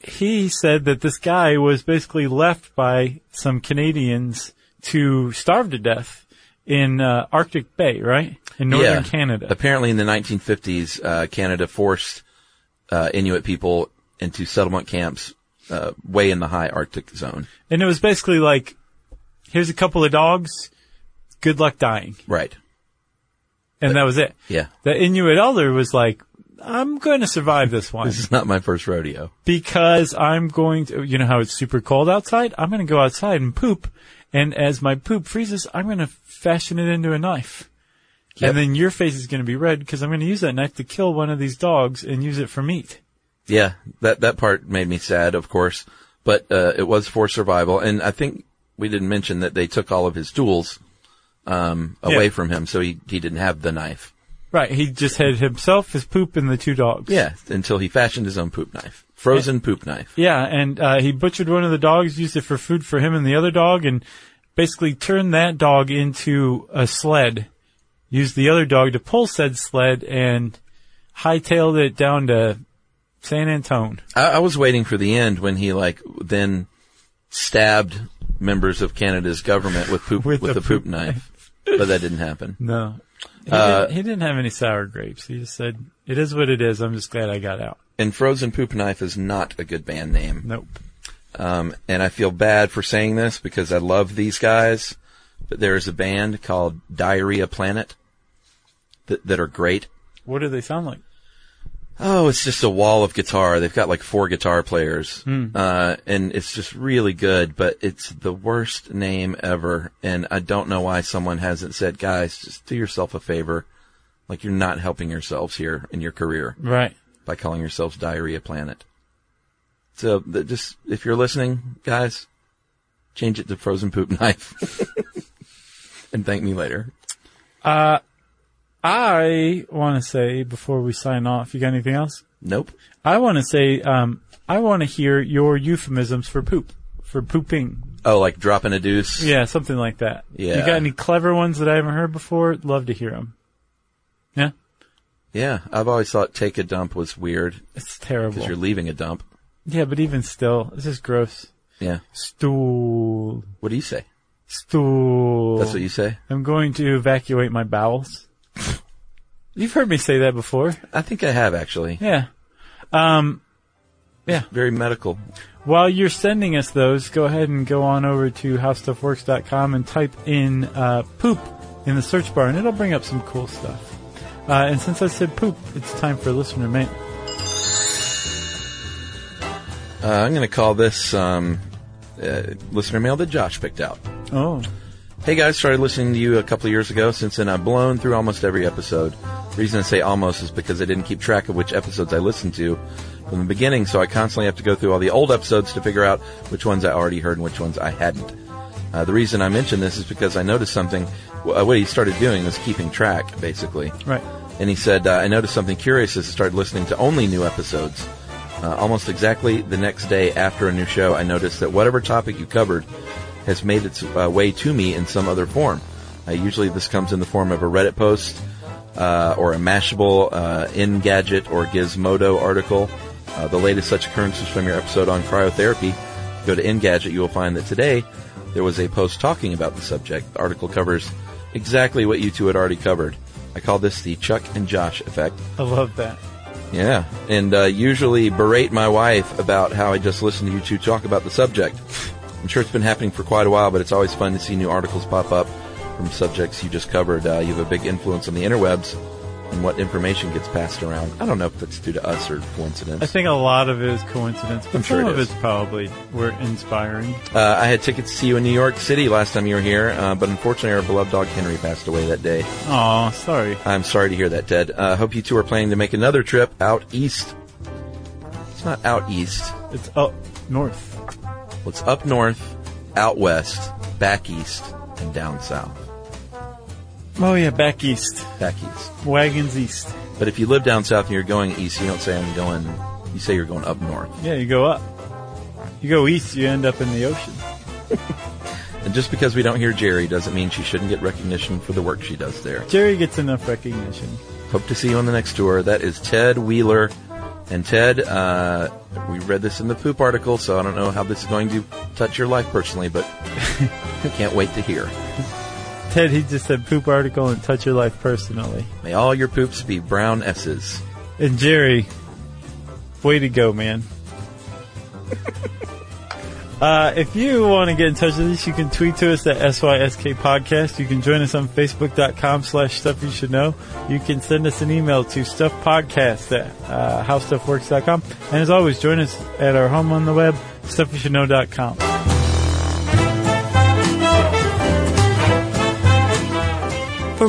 S2: he said that this guy was basically left by some Canadians to starve to death in uh, Arctic Bay, right? In northern
S3: yeah.
S2: Canada.
S3: Apparently, in the 1950s, uh, Canada forced uh, Inuit people into settlement camps uh, way in the high Arctic zone.
S2: And it was basically like, here's a couple of dogs, good luck dying.
S3: Right.
S2: And that was it.
S3: Yeah.
S2: The Inuit elder was like, I'm going to survive this one
S3: This is not my first rodeo.
S2: because I'm going to, you know how it's super cold outside? I'm going to go outside and poop. And as my poop freezes, I'm going to fashion it into a knife.
S3: Yep.
S2: And then your face is going to be red because I'm going to use that knife to kill one of these dogs and use it for meat.
S3: Yeah, that that part made me sad, of course, but uh, it was for survival, and I think we didn't mention that they took all of his tools um, away
S2: Yeah.
S3: from him, so he he didn't have the knife.
S2: Right. He just had himself, his poop, and the two dogs.
S3: Yeah, until he fashioned his own poop knife, frozen poop knife.
S2: Yeah. And uh, he butchered one of the dogs, used it for food for him and the other dog, and basically turned that dog into a sled. Used the other dog to pull said sled and hightailed it down to San Antone.
S3: I, I was waiting for the end when he like then stabbed members of Canada's government with poop
S2: With
S3: with,
S2: a
S3: a poop knife, but that didn't happen.
S2: No. He,
S3: Uh,
S2: didn't, he didn't have any sour grapes. He just said, it is what it is. I'm just glad I got out.
S3: And frozen poop knife is not a good band name.
S2: Nope.
S3: Um, and I feel bad for saying this because I love these guys, but there is a band called Diarrhea Planet that, that are great.
S2: What do they sound like?
S3: Oh, it's just a wall of guitar. They've got like four guitar players. Uh, and it's just really good, but it's the worst name ever. And I don't know why someone hasn't said, guys, just do yourself a favor. Like you're not helping yourselves here in your career
S2: Right.
S3: by calling yourselves Diarrhea Planet. So th- just if you're listening, guys, change it to Frozen Poop Knife, and thank me later.
S2: I want to say before we sign off, you got anything else?
S3: Nope.
S2: I want to say, um, I want to hear your euphemisms for poop, for pooping.
S3: Oh, like dropping a deuce.
S2: Yeah, something like that.
S3: Yeah.
S2: You got any clever ones that I haven't heard before? Love to hear them. Yeah.
S3: Yeah, I've always thought take a dump was weird
S2: It's
S3: because
S2: terrible.
S3: you're leaving a dump.
S2: Yeah, but even still, this is gross.
S3: Yeah.
S2: Stool.
S3: What do you say?
S2: Stool.
S3: That's what you say.
S2: I'm going to evacuate my bowels. You've heard me say that before.
S3: I think I have actually.
S2: Yeah. Um,
S3: Very medical.
S2: While you're sending us those, go ahead and go on over to howstuffworks.com and type in uh, poop in the search bar, and it'll bring up some cool stuff. Uh, and since I said poop, it's time for listener mail.
S3: Uh, I'm going to call this um, uh, listener mail that Josh picked out.
S2: Oh,
S3: Hey guys, started listening to you a couple of years ago. Since then, I've blown through almost every episode. reason I say almost is because I didn't keep track of which episodes I listened to from the beginning, so I constantly have to go through all the old episodes to figure out which ones I already heard and which ones I hadn't. Uh, the reason I mention this is because I noticed something. wh- uh, What he started doing was keeping track, basically.
S2: Right.
S3: And he said, uh, I noticed something curious as I started listening to only new episodes. Uh, almost exactly the next day after a new show, I noticed that whatever topic you covered has made its uh, way to me in some other form. Uh, usually this comes in the form of a Reddit post, uh, or a Mashable, uh, Engadget, or Gizmodo article. Uh, the latest such occurrence was from your episode on cryotherapy. Go to Engadget, you will find that today there was a post talking about the subject. The article covers exactly what you two had already covered. I call this the Chuck and Josh effect.
S2: I love that.
S3: Yeah, and uh, usually berate my wife about how I just listened to you two talk about the subject. I'm sure it's been happening for quite a while, but it's always fun to see new articles pop up from subjects you just covered. Uh, you have a big influence on the interwebs and what information gets passed around. I don't know if that's due to us or coincidence.
S2: I think a lot of it is coincidence, but
S3: I'm sure
S2: some
S3: it
S2: of
S3: is.
S2: it's probably we're inspiring.
S3: Uh, I had tickets to see you in New York City last time you were here, uh, but unfortunately our beloved dog Henry passed away that day.
S2: Aw, sorry.
S3: I'm sorry to hear that, Ted. Uh, hope you two are planning to make another trip out east. It's not out east.
S2: It's up north.
S3: What's up north, out west, back east, and down south.
S2: Oh yeah, back east.
S3: Back east.
S2: Wagons east.
S3: But if you live down south and you're going east, you don't say I'm going, you say you're going up north.
S2: Yeah, you go up. You go east, you end up in the ocean.
S3: And just because we don't hear Jerry doesn't mean she shouldn't get recognition for the work she does there.
S2: Jerry gets enough recognition.
S3: Hope to see you on the next tour. That is Ted Wheeler. And Ted, uh, we read this in the poop article, so I don't know how this is going to touch your life personally, but I can't wait to hear.
S2: Ted, he just said poop article and touch your life personally.
S3: May all your poops be brown S's.
S2: And Jerry, way to go, man. uh, if you want to get in touch with us, you can tweet to us at SYSK Podcast. You can join us on Facebook.com slash Stuff You Should Know. You can send us an email to StuffPodcast at uh, HowStuffWorks.com. And as always, join us at our home on the web, StuffYouShouldKnow.com.
S1: For